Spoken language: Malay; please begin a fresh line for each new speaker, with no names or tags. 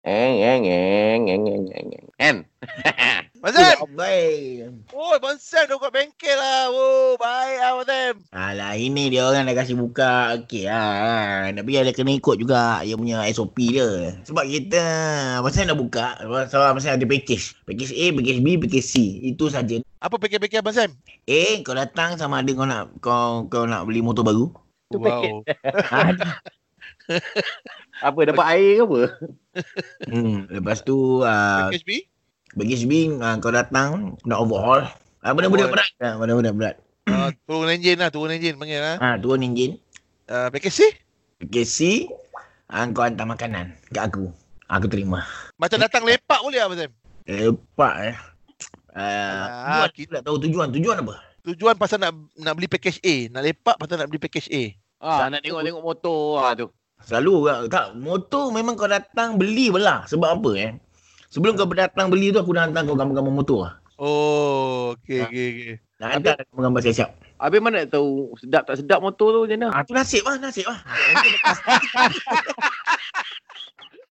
Eng, eng, eng, eng, eng, eng, eng. Kan? Mazem!
Tidak baik.
Oh, Abang Sam dah buka bengkel lah. Oh, baik lah Abang Sam.
Alah, ini dia orang dah kasi buka. Okey lah. Tapi dia kena ikut juga dia punya SOP dia. Sebab kita, masa dah buka, sebab masa ada package. Package A, package B, package C. Itu saja.
Apa paket-paket Abang Sam?
A, kau datang sama ada kau nak kau kau nak beli motor baru.
Tu
Ah,
Wow.
Apa, dapat air ke apa?
Hmm. Lepas tu, uh,
Paket B?
package B, uh, kau datang nak overhaul. Ah,
Overhaul.
benda-benda berat. Ah, benda-benda berat.
Ah, turun enjin lah, turun enjin panggil lah.
Ah, turun enjin.
Ah, paket C?
Package C, ah, kau hantar makanan kat aku. Ah, Aku terima.
Macam datang lepak boleh Abang Sam?
Lepak eh. Uh,
Ah,
tujuan, kita tak tahu tujuan. Tujuan apa?
Tujuan pasal nak nak beli package A. Nak lepak pasal nak beli package A.
Ah, nak tengok-tengok motor ah tu.
Selalu kau- tak motor memang kau datang beli belah. Sebab apa eh? Sebelum kau datang beli tu aku dah hantar kau gambar-gambar motor lah.
Oh, okey, okey, okey.
Dah hantar dah gambar-gambar siap-siap.
Habis mana nak tahu sedap tak sedap motor tu macam mana?
Ah tu nasib lah, nasib lah.